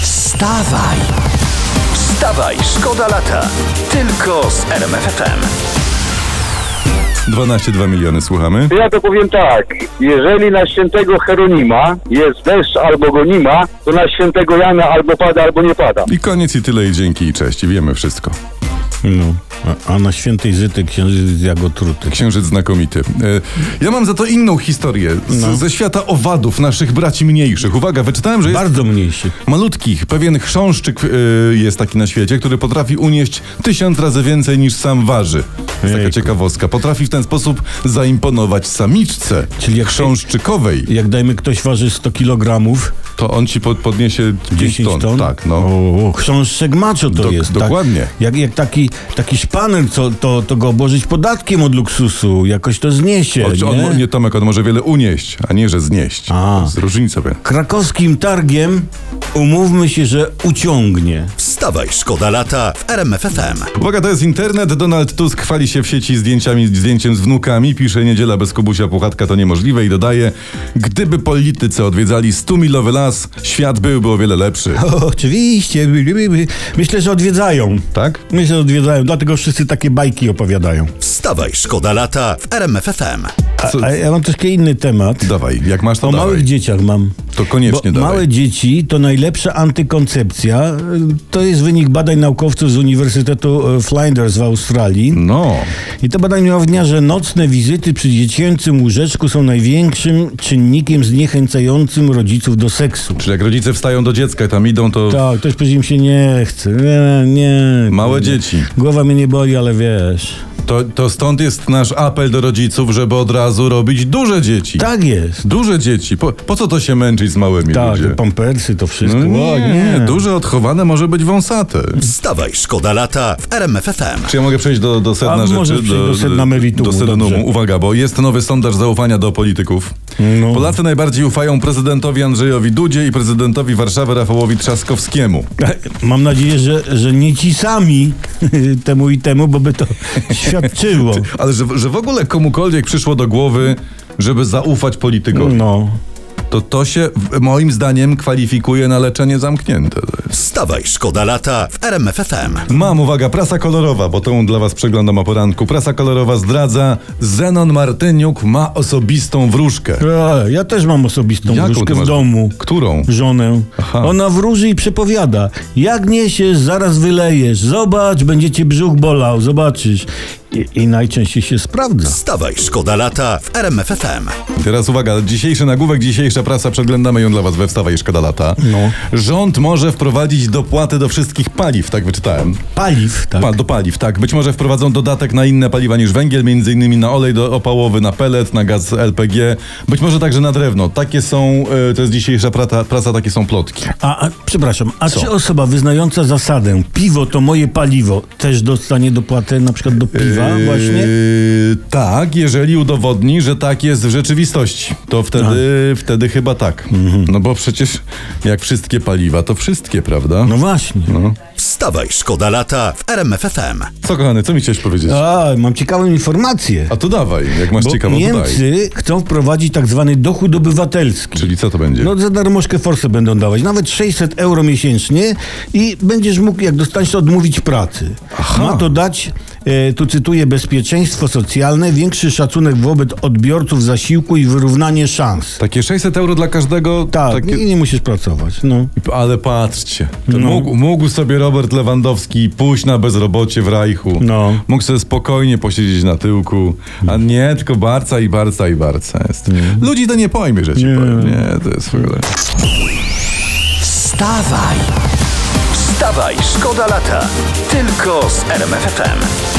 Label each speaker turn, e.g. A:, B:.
A: Wstawaj! Wstawaj, szkoda lata. Tylko z RMFFM.
B: 12,2 miliony, słuchamy.
C: Ja to powiem tak, jeżeli na świętego Heronima jest deszcz albo go nie ma, to na świętego Jana albo pada, albo nie pada.
B: I koniec i tyle i dzięki i cześć. I Wiemy wszystko.
D: No. A, a na świętej Zyty księżyc jagotruty.
B: Księżyc znakomity. E, Ja mam za to inną historię z, ze świata owadów, naszych braci mniejszych. Uwaga, wyczytałem, że jest
D: Bardzo mniejszy.
B: malutkich. Pewien chrząszczyk y, jest taki na świecie, który potrafi unieść tysiąc razy więcej niż sam waży. To jest taka
D: Jejku.
B: ciekawostka. Potrafi w ten sposób zaimponować samiczce,
D: Czyli jak-
B: chrząszczykowej.
D: Jak dajmy ktoś waży 100 kg,
B: To on ci pod, podniesie 5
D: 10
B: ton.
D: ton.
B: Tak, no.
D: O, o, chrząszczek macho to
B: Dok-
D: jest.
B: dokładnie.
D: Tak, jak jak taki, taki szpaner, co, to, to go obłożyć podatkiem od luksusu. Jakoś to zniesie.
B: On, on,
D: nie?
B: mo- nie Tomek, on może wiele unieść, a nie, że znieść.
D: A.
B: Z różnicą.
D: Krakowskim targiem umówmy się, że uciągnie.
A: Wstawaj, szkoda lata w RMFFM.
B: Uwaga, to jest internet. Donald Tusk chwali się w sieci zdjęciami, zdjęciem z wnukami. Pisze, niedziela bez Kubusia Puchatka to niemożliwe i dodaje, gdyby politycy odwiedzali 100-milowy las, świat byłby o wiele lepszy.
D: O, oczywiście. Bi- bi- bi- Myślę, że odwiedzają.
B: Tak?
D: Myślę, że odwiedzają. Dlatego wszyscy takie bajki opowiadadają.
A: Wstawaj, szkoda lata w RMFFM.
B: Co-
D: A, a ja mam troszkę inny temat.
B: Dawaj, jak masz to
D: O
B: dawaj.
D: małych dzieciach mam.
B: To koniecznie
D: Bo
B: dawaj.
D: Małe dzieci to najlepsza antykoncepcja. Y, To jest wynik badań naukowców z Uniwersytetu y, Flinders w Australii.
B: No.
D: I to badanie ujawnia, że nocne wizyty przy dziecięcym łóżeczku są największym czynnikiem zniechęcającym rodziców do seksu.
B: Czyli jak rodzice wstają do dziecka i tam idą, to
D: Tak, ktoś powiedział mi się nie chce. Nie, nie.
B: małe
D: nie.
B: dzieci.
D: Głowa mnie nie boli, ale wiesz.
B: To, to stąd jest nasz apel do rodziców, żeby od razu robić duże dzieci.
D: Tak jest.
B: Duże dzieci. Po, po co to się męczyć z małymi
D: Tak,
B: ludzie?
D: te pampersy, to wszystko.
B: No
D: O,
B: nie, duże odchowane może być wąsate.
A: Wstawaj, szkoda lata w RMFFM.
B: Czy ja mogę przejść do, do sedna
D: A
B: rzeczy?
D: może przejść do sedna meritumu,
B: Do sednum.
D: dobrze.
B: Uwaga, bo jest nowy sondaż zaufania do polityków.
D: No.
B: Polacy najbardziej ufają prezydentowi Andrzejowi Dudzie i prezydentowi Warszawy Rafałowi Trzaskowskiemu.
D: Tak, Mam nadzieję, że, że nie ci sami temu i temu, bo by to świadczyło.
B: Ale że, że w ogóle komukolwiek przyszło do głowy, żeby zaufać politykowi,
D: No.
B: to to się w- moim zdaniem kwalifikuje na leczenie zamknięte.
A: Wstawaj, szkoda lata w RMFFM.
B: Mam, uwaga, prasa kolorowa, bo tą dla was przeglądam o poranku. Prasa kolorowa zdradza, Zenon Martyniuk ma osobistą wróżkę.
D: E, Ja też mam osobistą
B: Jaką ty
D: wróżkę w
B: masz-
D: domu.
B: Którą?
D: Żonę.
B: Aha.
D: Ona wróży i przepowiada. Jak niesiesz, zaraz wylejesz. Zobacz, będzie cię brzuch bolał. Zobaczysz. I, i najczęściej się sprawdza.
A: Wstawaj, szkoda lata w RMFFM.
B: Teraz uwaga, dzisiejszy nagłówek, dzisiejsza prasa, przeglądamy ją dla was we Wstawaj Szkoda Lata.
D: No.
B: Rząd może wprowadzić dopłaty do wszystkich paliw, tak wyczytałem.
D: Paliw, tak?
B: Pa, do paliw, tak. Być może wprowadzą dodatek na inne paliwa niż węgiel, między innymi na olej do opałowy, na pelet, na gaz LPG, być może także na drewno. Takie są, e, to jest dzisiejsza prata, prasa, takie są plotki.
D: A, a, przepraszam, a czy osoba wyznająca zasadę piwo to moje paliwo też dostanie dopłatę na przykład do piwa
B: Eee,
D: właśnie?
B: tak, jeżeli udowodni, że tak jest w rzeczywistości, to wtedy, wtedy chyba tak.
D: Mhm.
B: No bo przecież jak wszystkie paliwa, to wszystkie, prawda?
D: No właśnie.
A: Wstawaj, szkoda lata w RMFFM.
B: Co kochany, co mi chciałeś powiedzieć?
D: A, mam ciekawą informację.
B: A to dawaj, jak masz
D: Bo
B: ciekawą daj.
D: Niemcy chcą wprowadzić tak zwany dochód obywatelski.
B: Czyli co to będzie?
D: No za darmożkę forsy będą dawać, nawet 600 euro miesięcznie i będziesz mógł, jak dostaniesz, to odmówić pracy. Ma to dać, e, tu cytuję, bezpieczeństwo socjalne, większy szacunek wobec odbiorców zasiłku i wyrównanie szans.
B: Takie 600 euro dla każdego?
D: Tak,
B: takie...
D: i nie No. musisz pracować. No.
B: Ale patrzcie, to mógł, mógł sobie Robert Lewandowski pójść na bezrobocie w Rajchu.
D: No.
B: Mógł sobie spokojnie posiedzieć na tyłku. A nie, tylko barca i barca i barca jest. Ludzi to nie pojmie, że ci powiem. Nie, to jest w ogóle...
A: Wstawaj! Wstawaj, szkoda lata! Tylko z RMFFM.